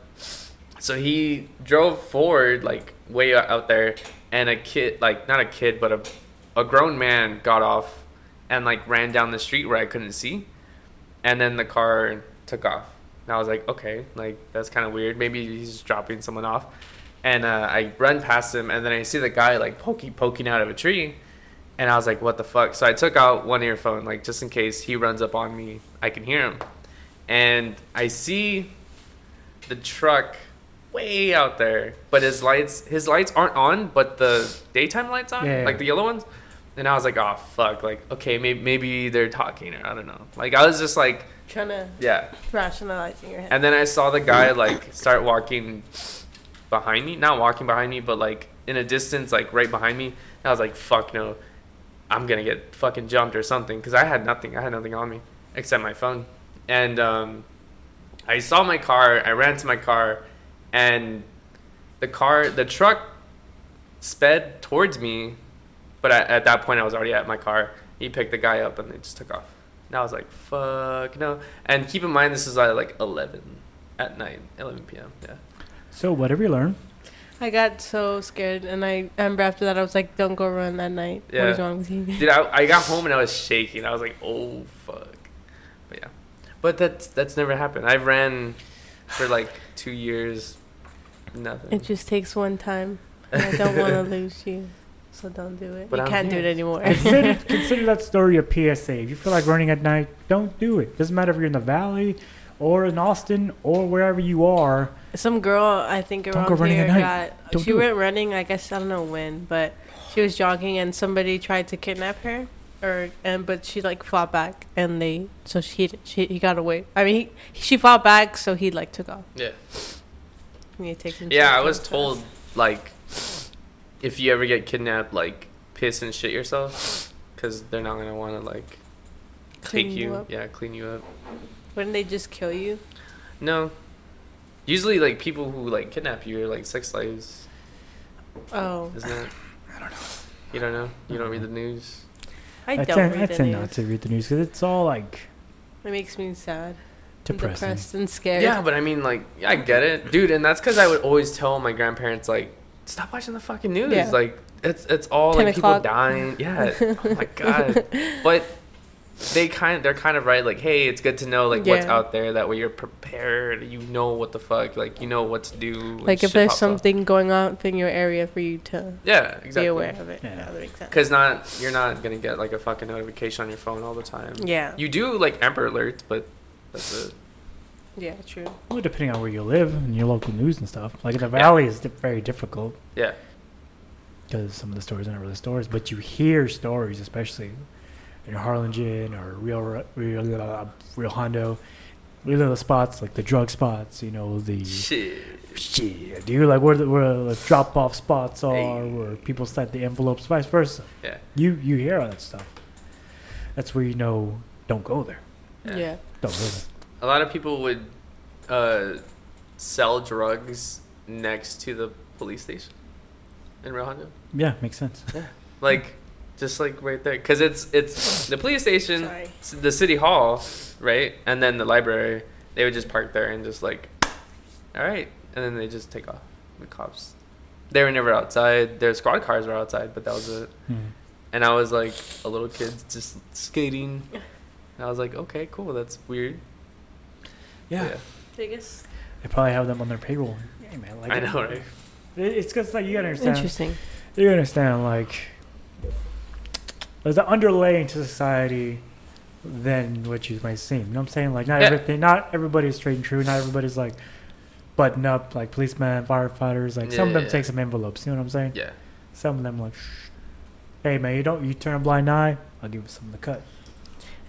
So he drove forward like way out there, and a kid like not a kid but a a grown man got off and like ran down the street where I couldn't see, and then the car took off. And I was like, okay, like that's kind of weird. Maybe he's just dropping someone off. And uh, I run past him, and then I see the guy like poking poking out of a tree, and I was like, what the fuck? So I took out one earphone, like just in case he runs up on me, I can hear him. And I see the truck way out there, but his lights his lights aren't on, but the daytime lights on, Yeah, yeah. like the yellow ones. And I was like, oh fuck, like okay, maybe maybe they're talking or I don't know. Like I was just like, Trying to yeah. rationalize in your head. And then I saw the guy like start walking behind me, not walking behind me, but like in a distance, like right behind me. And I was like, fuck no, I'm gonna get fucking jumped or something because I had nothing. I had nothing on me except my phone. And um, I saw my car. I ran to my car, and the car, the truck, sped towards me. But I, at that point, I was already at my car. He picked the guy up, and they just took off. And I was like, "Fuck no!" And keep in mind, this is at like 11 at night, 11 p.m. Yeah. so whatever you learn I got so scared, and I I remember after that I was like, "Don't go run that night. What is Yeah. wrong with (laughs) you?" (laughs) Dude, I, I got home and I was shaking. I was like, "Oh fuck!" But yeah, but that's that's never happened. I ran for like two years, nothing. It just takes one time. And I don't want (laughs) to lose you, so don't do it. But you I'm can't do it here. anymore. (laughs) consider, consider that story a PSA. If you feel like running at night, don't do it. Doesn't matter if you're in the valley or in Austin or wherever you are. Some girl, I think Don't around go running here, at night. got Don't she do it. went running. I guess I don't know when, but she was jogging, and somebody tried to kidnap her. or and but she like fought back, and they so she she he got away. I mean, he, she fought back, so he like took off. Yeah. And he takes him to Yeah, the I was coast. told like if you ever get kidnapped, like piss and shit yourself, because they're not gonna want to like Clean take you you. up. Yeah, clean you up. Wouldn't they just kill you? No. Usually, like people who like kidnap you are like sex slaves, Oh, isn't it? (sighs) I don't know. You don't know. You don't read the news. I I don't tend, I read the tend not news. to read the news because it's all like It makes me sad, and depressing. depressed, and scared. (laughs) Yeah, but I mean, like, I get it, dude, and that's because I would always tell my grandparents, like, stop watching the fucking news. Yeah. Like, it's it's all 10 like people o'clock. dying. (laughs) Yeah. oh my god. But they kind they're kind of right. Like, hey, it's good to know like what's Yeah. out there. That way you're prepared. You know what the fuck. Like, you know what to do. when (laughs) like if shit there's pops up. something going on in your area for you to Yeah, be exactly. aware of it. Yeah. that makes sense. Because not you're not gonna get like a fucking notification on your phone all the time. Yeah. You do like Amber Alerts, but that's it. yeah. True. Well, depending on where you live and your local news and stuff. Like in the valley is di- very difficult Yeah. because some of the stories aren't really stories, but you hear stories, especially in Harlingen or Real Real Real, Real Hondo. Real little spots like the drug spots, you know the Shit. shit, dude. Like where the, where the drop off spots are, Hey. where people set the envelopes, vice versa. Yeah. You you hear all that stuff. That's where you know don't go there. Yeah. Yeah. Don't go there. A lot of people would uh, sell drugs next to the police station in Rio Hondo. Yeah, makes sense. Like, just like right there, because it's it's the police station, Sorry. s- the city hall, right, and then the library. They would just park there and just like, all right, and then they just take off. The cops, they were never outside. Their squad cars were outside, but that was it. Hmm. And I was like a little kid just skating. And I was like, okay, cool, that's weird. Yeah. Biggest. They probably have them on their payroll. Hey, man, like I know, (laughs) right? It- It's because like you gotta understand. Interesting. You understand like there's an underlaying to society than what you might seem. You know what I'm saying? Like not Yeah. everything, not everybody's straight and true. Not everybody's like button up like policemen, firefighters. Like some of them Yeah. take some envelopes. You know what I'm saying? Yeah. Some of them like, Shh. hey man, you don't you turn a blind eye. I'll give you some of the cut.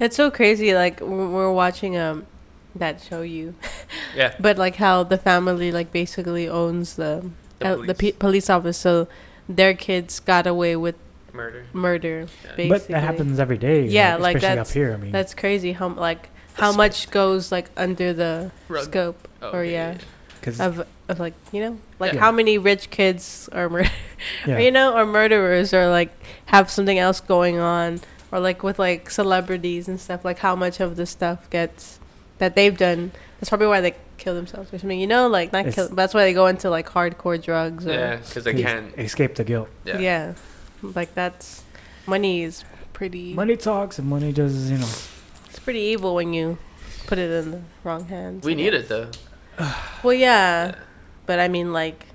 It's so crazy. Like we're we're watching um that show you, Yeah. but like how the family like basically owns the Oh, The the, uh, the pe- police office, so their kids got away with murder. murder. Yeah. Basically, But that happens every day. Yeah, like, especially that's- up here. I mean, That's crazy. How like how much goes like under the Rug. scope Oh, or yeah. because of of like you know like Yeah. how many rich kids are mur- yeah, or, (laughs) you know or murderers or like have something else going on or like with like celebrities and stuff like how much of the stuff gets that they've done that's probably why they kill themselves or something you know like not It's- kill but that's why they go into like hardcore drugs or Yeah, yeah, because they Please can't. escape the guilt. Yeah. like that's money is pretty Money talks and money does. You know, it's pretty evil when you put it in the wrong hands We need it though. well yeah, Yeah. but i mean like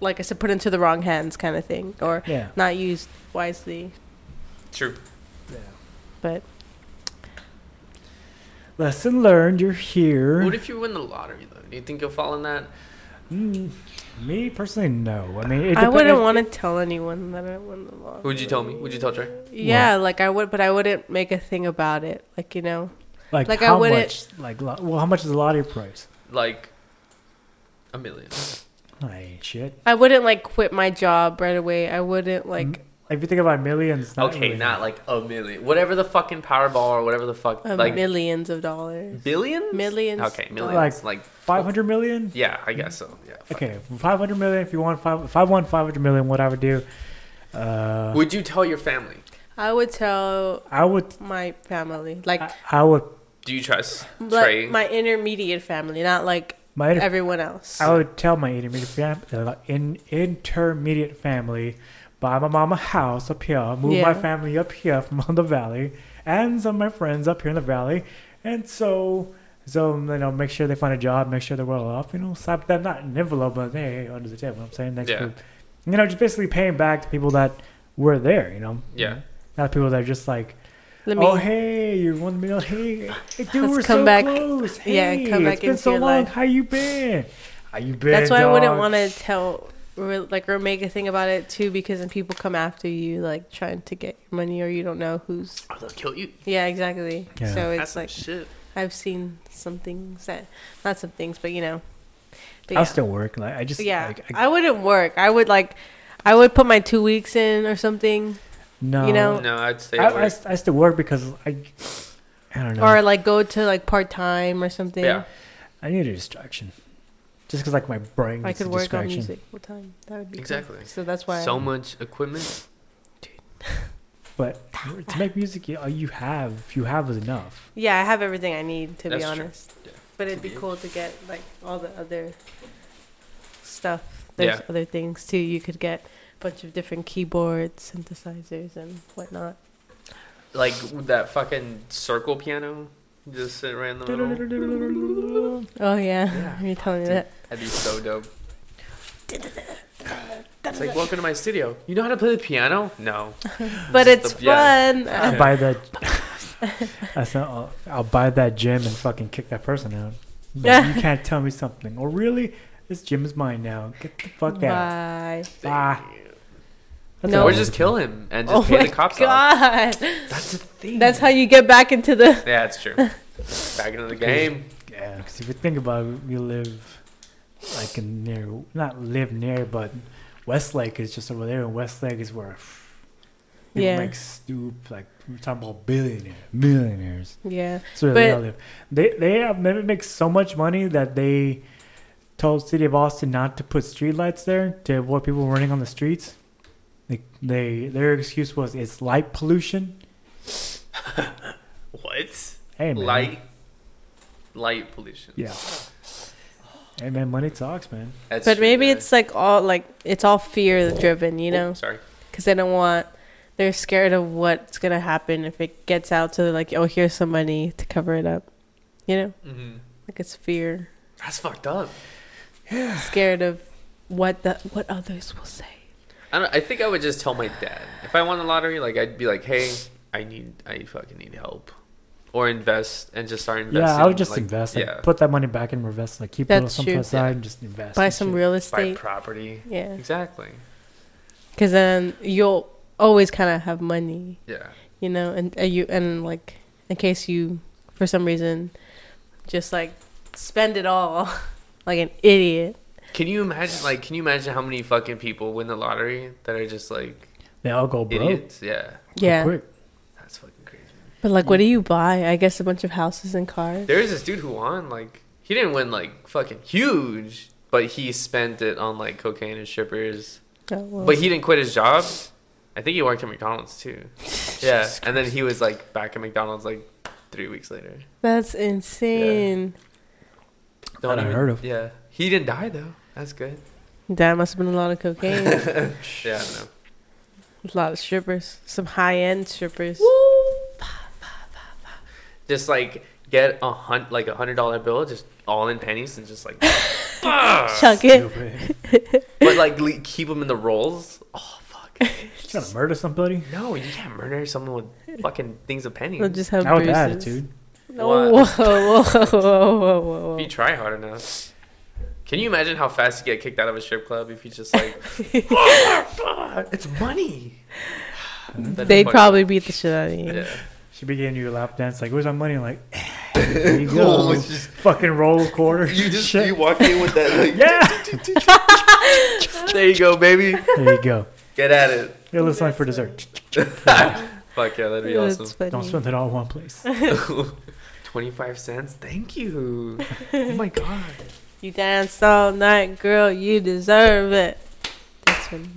like i said put into the wrong hands kind of thing or yeah. not used wisely True. but Lesson learned. You're here. What if you win the lottery though? Do you think you'll fall in that? Mm, me personally, no. I mean, it I depen- wouldn't it- want to tell anyone that I won the lottery. Would you tell me? Would you tell Trey? Yeah, like I would, but I wouldn't make a thing about it. Like you know, like, like, I how wouldn't- much? Like, lo- well, how much is the lottery price? Like a million. I ain't shit. I wouldn't like quit my job right away. I Mm-hmm. wouldn't like If you think about millions, not okay, really. not like a million. Whatever the fucking Powerball or whatever the fuck. uh, like millions of dollars, billions. millions. Okay, of millions. Like, five hundred million. yeah, I guess so. Yeah. fuck. Okay, five hundred million. If you want five, if I won five hundred million, what I would do? Uh, Would you tell your family? dollars. I would tell I would, my family, like I, I would, Do you trust Trey? like my intermediate family, not like my, inter- everyone else. I would tell my intermediate fam- uh, in, intermediate family, buy my mom a house up here, move my Yeah. family up here from (laughs) the valley, and some of my friends up here in the valley, and so. So you know, make sure they find a job, make sure they're well off. You know, slap them not in an envelope, but hey, hey, under the table. I'm saying thanks Yeah. for, you know, just basically paying back to people that were there. You know, Yeah. not people that are just like Let me. oh hey, you one meal. Hey, hey, dude, Let's we're come so back- close. (laughs) Hey, yeah, come back it's been into so your long. life. How you been? How you been? that's why I wouldn't dog? want to tell re- like or make a thing about it too, because then people come after you, like trying to get your money, or you don't know who's. Oh, they'll kill you. Yeah, exactly. Yeah. So it's That's some like shit. I've seen some things that, not some things, but you know. But I'll yeah. still work. Like I just yeah, like, I, I, wouldn't work. I would like, I would put my two weeks in or something, no, you know, No, I'd say I, it I, works. I still work because I I don't know. or like go to like part time or something. yeah. I need a distraction. Just because like my brain I gets could a work on distraction. music full time. That would be cool. Exactly. So that's why. So I'm- much equipment. But to make music, you, all you have you have is enough. yeah, I have everything I need to That's be true. honest. Yeah. But it'd be Yeah. cool to get like all the other stuff. There's Yeah. other things too. You could get a bunch of different keyboards, synthesizers, and whatnot. Like that fucking circle piano. Just sit right in the middle. It's Oh yeah, (laughs) Yeah. you're telling me Dude. that. That'd be so dope. It's like welcome to my studio. You know how to play the piano? No. But Just it's the- yeah. fun. Yeah. I'll buy that. (laughs) That's not. I'll, I'll buy that gym and fucking kick that person out. Like, you can't tell me something. Or really, this gym is mine now. Get the Oh, fuck out. Bye. Ah. That's No. all Or it just is. kill him and just Oh pay my the cops off. god. That's a thing. That's how you get back into the. Yeah, it's true. Back into the game. Yeah, because if you think about it, we live like in near, not live near, but Westlake is just over there, and Westlake is where people Yeah. make stoop. Like we're talking about billionaires, millionaires. Yeah. So they all But- live. They they have maybe make so much money that they told city of Austin not to put streetlights there to avoid people running on the streets. They, they their excuse was it's light pollution. What? Hey man, Light. Light pollution. Yeah. Hey man, money talks, man. That's But true, maybe yeah. it's like all like it's all fear driven, you Oh, know, sorry. because they don't want. They're scared of what's gonna happen if it gets out. So they're like, oh, here's some money to cover it up. You know, hmm like it's fear, That's fucked up. scared of what the what others will say. I don't. I think I would just tell my dad if I won the lottery. Like I'd be like, hey, I need, I fucking need help, or invest and just start investing. Yeah, I would just like, invest. Like, Yeah, put that money back in reverse. Like keep a That's little something true. aside and just invest. Buy in some shit. real buy estate. property. Yeah. Exactly. Because then you'll always kind of have money, Yeah. you know, and uh, you and like in case you, for some reason, just like spend it all (laughs) like an idiot. Can you imagine? Like, can you imagine how many fucking people win the lottery that are just like They all go broke. real idiots? Yeah, Yeah, (laughs) Quick. that's fucking crazy. but like, Mm. what do you buy? I guess a bunch of houses and cars. There's this dude who won. Like, he didn't win like fucking huge, but he spent it on like cocaine and strippers. Oh, well. But he didn't quit his job. I think he worked at McDonald's (laughs) too. Yeah, and then he was like back at McDonald's like three weeks later. That's insane. Not unheard of. Yeah, he didn't die though. That's good. (laughs) That must have been a lot of (laughs) cocaine, a Yeah, I know. lot of strippers, some high end strippers. Just like get a hunt like a hundred dollar bill, just all in pennies, and just (laughs) like, Chuck it. Stupid. but like le- keep them in the rolls. Oh fuck! Trying to murder somebody. (laughs) No, you can't murder someone with fucking things of pennies. They'll just have Not with bruises. that attitude. No, whoa, What? whoa, whoa, whoa, whoa, whoa. If you try hard enough. Can you imagine how fast you get kicked out of a strip club if you just (laughs) like, (laughs) it's money? That'd be They'd fucking- probably beat the shit out of you. Yeah. She began your lap dance. Like, where's my money? (laughs) Like, there you go. Oh, it's just- Fucking roll of quarters. You just Shit. you walk in with that. Like, (laughs) yeah. (laughs) There you go, baby. there you go. Get at it. (laughs) Here, let's sign for dessert. Fuck yeah, that'd be That's awesome. funny. Don't spend it all in one place. (laughs) 25 cents? Thank you. Oh my god. You danced all night, girl. You deserve it. That's funny.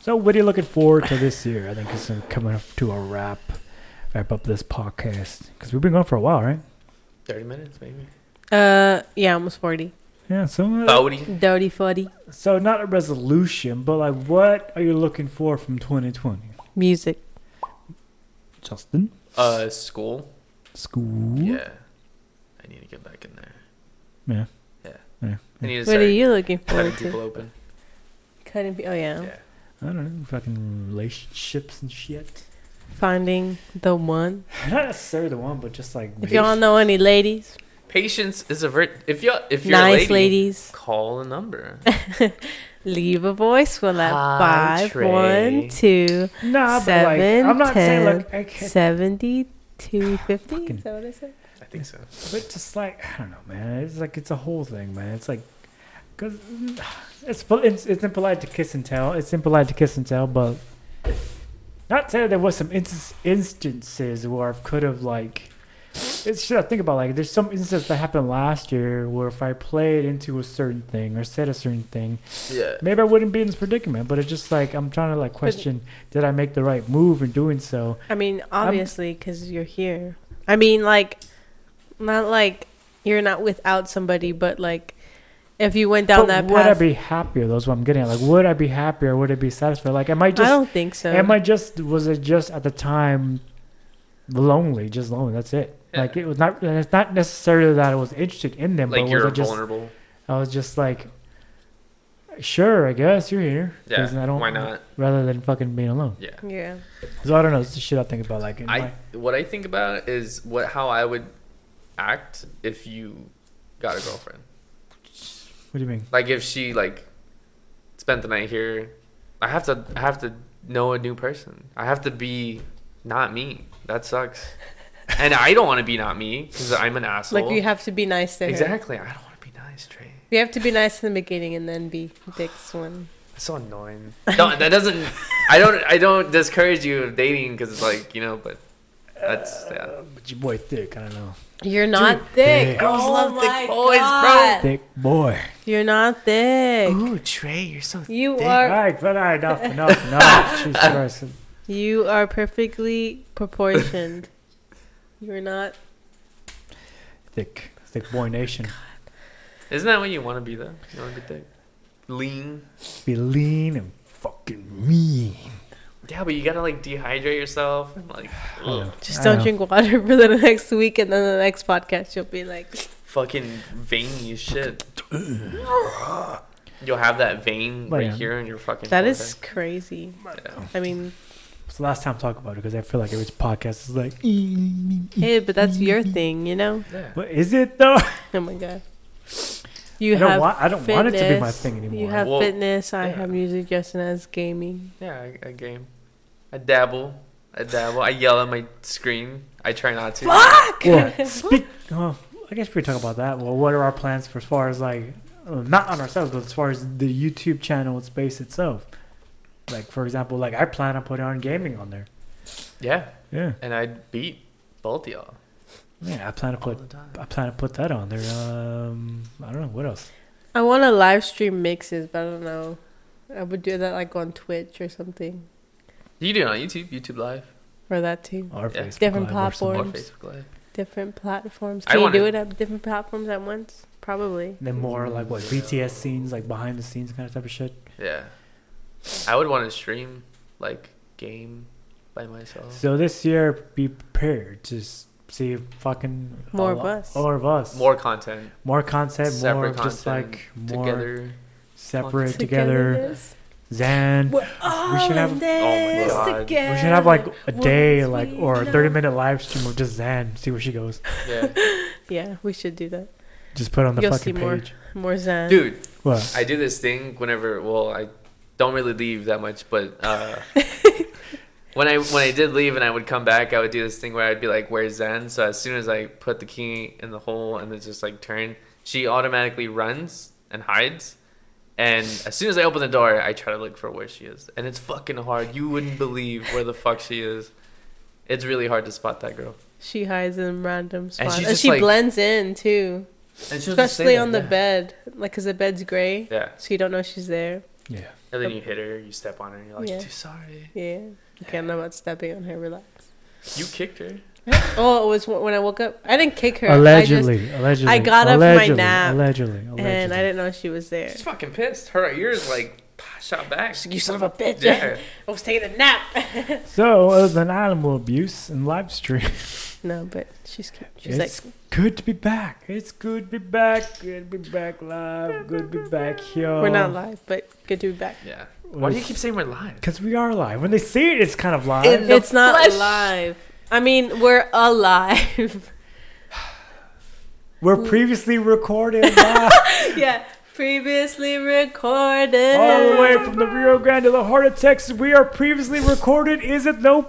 So, what are you looking forward to this year? I think it's uh, coming up to a wrap. Wrap up this podcast because we've been going for a while, right? 30 minutes, maybe. Uh, yeah, almost forty. Yeah. So, uh, Bodie. Dirty forty. Oh. So not a resolution, but like what are you looking for from 2020? Music. Justin, Uh, school. school. Yeah. I need to get back in there. Yeah. Yeah. Yeah. I need to What start are you looking cutting forward people to? open. Cutting. Be- oh yeah. Yeah. I don't know, fucking relationships and (laughs) shit. Finding the one. Not necessarily the one, but just like If y'all know any ladies, Patience is a virt. If you if you're Nice a lady, ladies. call (laughs) a number. Leave a voicemail at Hi, five Trey. one two Nah, but like, Seven, I'm not saying like I can't, seventy two fifty. Is that what I said? I think so. but just like I don't know, man. It's like it's a whole thing, man. It's like, cause it's pol- it's, it's impolite to kiss and tell. It's impolite to kiss and tell, but not saying there was some inst- instances where I could have like. It's shit I think about. Like, there's some instances that happened last year where if I played into a certain thing or said a certain thing, Yeah. maybe I wouldn't be in this predicament. But it's just like I'm trying to like question: Did I make the right move in doing so? I mean, obviously, because you're here. I mean, like, not like you're not without somebody, but like, if you went down But that would path, I be happier? That's what I'm getting at. Like, would I be happier? Would I be satisfied? Like, am I I just? don't think so. Am I just? Was it just at the time lonely? Just lonely. That's it. Yeah. Like it was not. and It's not necessarily that I was interested in them, Like but you're was I just? vulnerable. I was just like, sure, I guess you're here. 'cause Yeah. I don't- why not? Rather than fucking being alone. Yeah. yeah. So I don't know. It's the shit I think about. Like, in I my- what I think about is what how I would act if you got a girlfriend. what do you mean? Like if she like spent the night here, I have to I have to know a new person. I have to be not me. That sucks. (laughs) And I don't want to be not me because I'm an asshole. Like, you have to be nice to her. exactly. I don't want to be nice, Trey. You have to be nice in the beginning and then be dicks when. That's so (laughs) annoying. No, that doesn't. I don't. I don't discourage you of dating because it's like you know, but that's yeah. But your boy thick. I don't know. You're not thick. thick. Girls Oh love thick my boys, bro. God. Thick boy. You're not thick. Ooh, Trey, you're so. You All are right, but all right, (laughs) enough, enough, enough. Jesus Christ. you are perfectly (laughs) proportioned. You're not. Thick, thick boy nation. Isn't that what you want to be though? You want to be thick, lean. Be lean and fucking mean. Yeah, but you gotta like dehydrate yourself. And, like, ugh, Just I don't know. drink water (laughs) for the next week, and then the next podcast you'll be like, fucking veiny as (clears throat) shit. You'll have that vein But right yeah. here in your fucking. "That is forehead. crazy." Yeah. I mean, It's the last time I talk about it because I feel like every podcast is like, hey, but that's your thing, you know? Yeah. but is it though? Oh my god, you (laughs) I don't have. want. I don't want it to be my fitness, thing anymore. You have Well, fitness. I yeah. have music. Justin has gaming. Yeah, I, I game. I dabble. I dabble. I yell at my screen. I try not (laughs) to. Well, speak. Oh, I guess we could talk about that. Well, what are our plans for as far as like, uh, not on ourselves, but as far as the YouTube channel and space itself? Like for example, like I plan on putting on gaming on there. Yeah, Yeah, and I beat both y'all yeah. I plan to all put. the time. I plan to put that on there. Um, I don't know what else. I want to live stream mixes, but I don't know. I would do that like on Twitch or something, You do it on YouTube, YouTube Live, or that too. Or Yeah. Facebook Different Live or something. or Forums. Facebook Live. Different platforms. I Can you wanna- do it at different platforms at once? Probably. And then more like what Yeah. BTS scenes, like behind the scenes kind of type of shit. Yeah, I would want to stream like game by myself. So this year, be prepared to s- see fucking More all- of us. more of us, more More content more content, more Separate of just content like more together. separate together. Togetherness. Zan, We're all should in have- Oh my this God. We should we should have like a together. day, Once like we or a know- thirty-minute live stream of just Zan. See where she goes. Yeah, Yeah, we should do that. Just put it on the You'll see fucking more. page. More Zan. dude, What? I do this thing whenever. Well, I don't really leave that much, but (laughs) uh, when I when I did leave and I would come back, I would do this thing where I'd be like, "Where's Zen?" So as soon as I put the key in the hole and then just like turn, she automatically runs and hides. And as soon as I open the door, I try to look for where she is, and it's fucking hard. You wouldn't believe where the fuck she is. It's really hard to spot that girl. She hides in random And spots. she's And, just she like- blends in too. And she'll just Especially stay there, on the yeah. bed. Like, because the bed's gray. Yeah, So you don't know she's there. Yeah. and then you hit her, you step on her, and you're like, Yeah. "Too sorry." Yeah. Okay, I'm not stepping on her. Relax. You kicked her. Oh, it was wh- when I woke up. I didn't kick her. I Allegedly, allegedly. I got up from my allegedly, nap, Allegedly, just, allegedly. and I didn't know she was there. She's fucking pissed. Her ears like shot back. You son of a bitch. Yeah. I was taking a nap. (laughs) So, other than animal abuse and live stream, (laughs) no, but she's cute. She's it's like, good to be back. It's good to be back. Good to be back live. Good to be back here. we're not live, but good to be back. Yeah. Why do you keep saying we're live? Because we are live. When they see it, it's kind of live. In the it's not flesh. (laughs) live. I mean, we're alive. We're previously (laughs) recorded live (laughs) yeah. Previously recorded. all the way from the Rio Grande to the heart of Texas. We are previously recorded. Is it no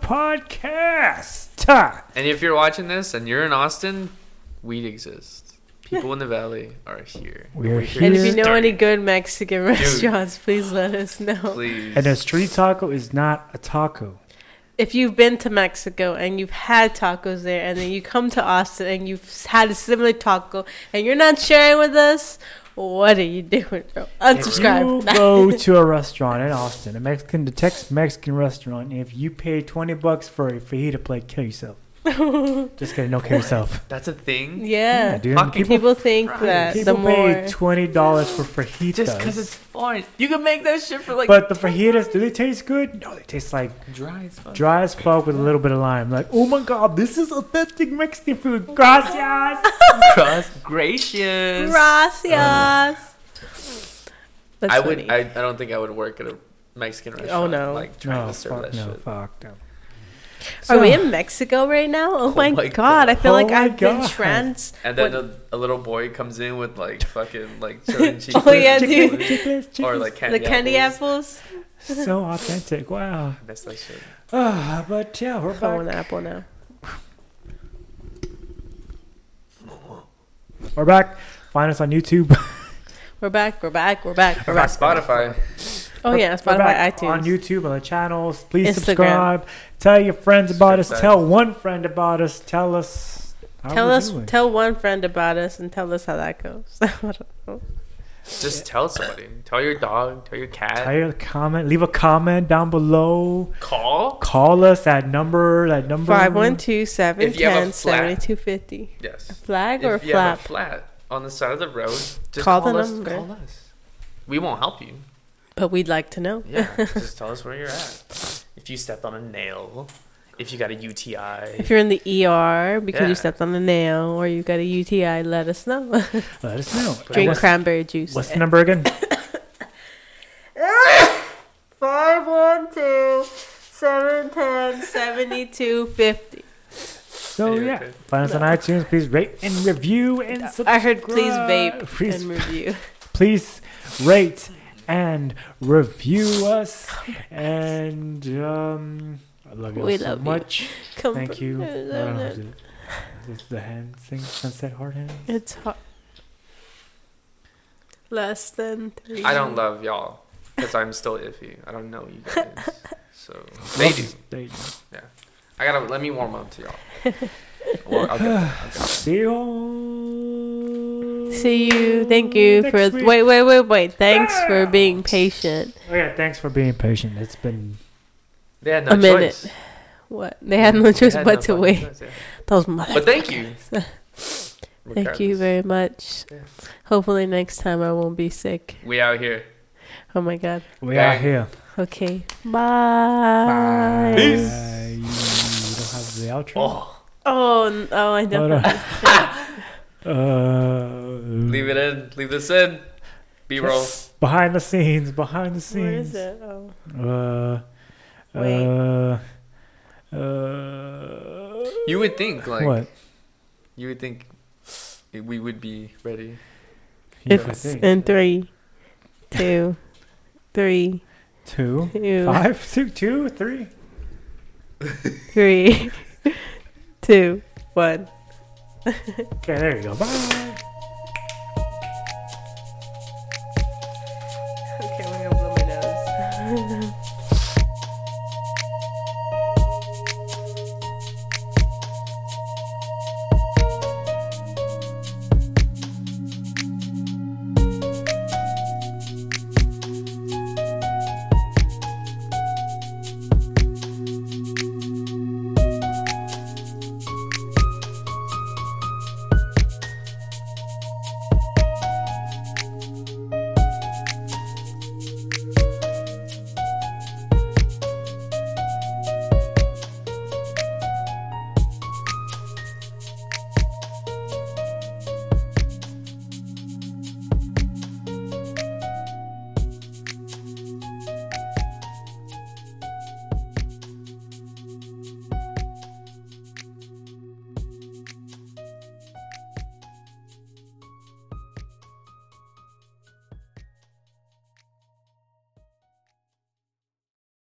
podcast? Ha! And if you're watching this and you're in Austin, weed exists. People in the valley are here. We are and if here. you know Start. any good Mexican (laughs) restaurants, please let us know. Please. And a street taco is not a taco. If you've been to Mexico and you've had tacos there, and then you come to Austin and you've had a similar taco, and you're not sharing with us, what are you doing, bro? If Unsubscribe. (laughs) you go to a restaurant in Austin, a Mexican, the Tex Mexican restaurant, and if you pay twenty bucks for a fajita plate, (laughs) kill yourself. Just kidding, don't kill yourself. That's a thing. yeah. dude. Fucking people people think Christ. that people the more pay twenty dollars for fajitas. Just because it's orange. You can make that shit for like but the fajitas, do they taste good? No, they taste like dry as fuck. dry as fuck with a little bit of lime. Like, oh my god, this is authentic Mexican food. (laughs) Gracias. Cross gracious. gracias. Um, That's I funny. would. I, I don't think I would work at a Mexican restaurant. Oh, no. Like trying No, to serve fuck that no, shit. fuck no. Are we in Mexico right now? Oh, my, my god. I feel Oh like my I've been God. trans. And then a, a little boy comes in with like fucking like (laughs) chili and cheese. Oh, yeah, dude. (laughs) (laughs) Chicles, chicles. Or like candy the candy apples. apples. so authentic. Wow. I miss that shit. Ah, but yeah, we're I want back. an apple now. We're back. Find us on YouTube. We're back. We're back. We're back. We're Or back. Spotify. (laughs) Oh We're- yeah, we're Spotify, back iTunes. On YouTube, on the channels. Please Instagram. subscribe. Tell your friends about us. Subscribe. Tell one friend about us. Tell us. How Tell we're us. doing. Tell one friend about us and tell us how that goes. (laughs) I don't know. Mm-hmm. Just tell somebody. Tell your dog. Tell your cat. Tell your comment. Leave a comment down below. Call. Call us at number. That number. Five one two seven If you have a ten flat- seventy two fifty. Yes. Flag or if you have flap? a flat on the side of the road, just Call call, the us. number. Call us. We won't help you. But we'd like to know. (laughs) Yeah. just tell us where you're at. If you stepped on a nail. If you got a UTI. (laughs) If you're in the ER because Yeah. you stepped on a nail or you got a UTI, let us know. (laughs) Let us know. Drink what's, cranberry juice. what's the number again? (laughs) Five one two seven ten seventy two fifty. So Anyway, yeah, okay. find us on iTunes. Please rate and review and subscribe. I heard please vape Please, and review. please rate and review us. And um, I love you We all so love you. much. Come (laughs) Thank you. I Is don't know how to do it. Is the hand thing, sunset hard hand. It's hot. Less than three. I don't love y'all because I'm still iffy. I don't know you (laughs) guys. So they do. They do. I gotta let me warm up to y'all. (laughs) Well, I'll get there, I'll get (sighs) there. See you. all See you. Thank you next for week. wait, wait, wait, wait. Thanks for Yeah. being patient. Oh yeah, thanks for being patient. It's been They had no A minute. choice. What they had no choice They had but no to fucking wait. choice, yeah. Those mother. But (laughs) thank you. Thank you Regardless. very much. Yeah. Hopefully next time I won't be sick. We out here. Oh my god. we Yeah. are here. Okay. Bye. Peace. Uh, you don't have the outro. Oh, Oh, n- oh, I Hold know. on. uh, leave it in. Leave this in. B roll. Behind the scenes. Behind the scenes. Where is it? Oh. Uh, Wait. Uh, uh, You would think like what? you would think we would be ready. You would it's think. in three, two, three, two, two. five, (laughs) two, two, three. three, (laughs) two, one. Okay, there you go. Bye.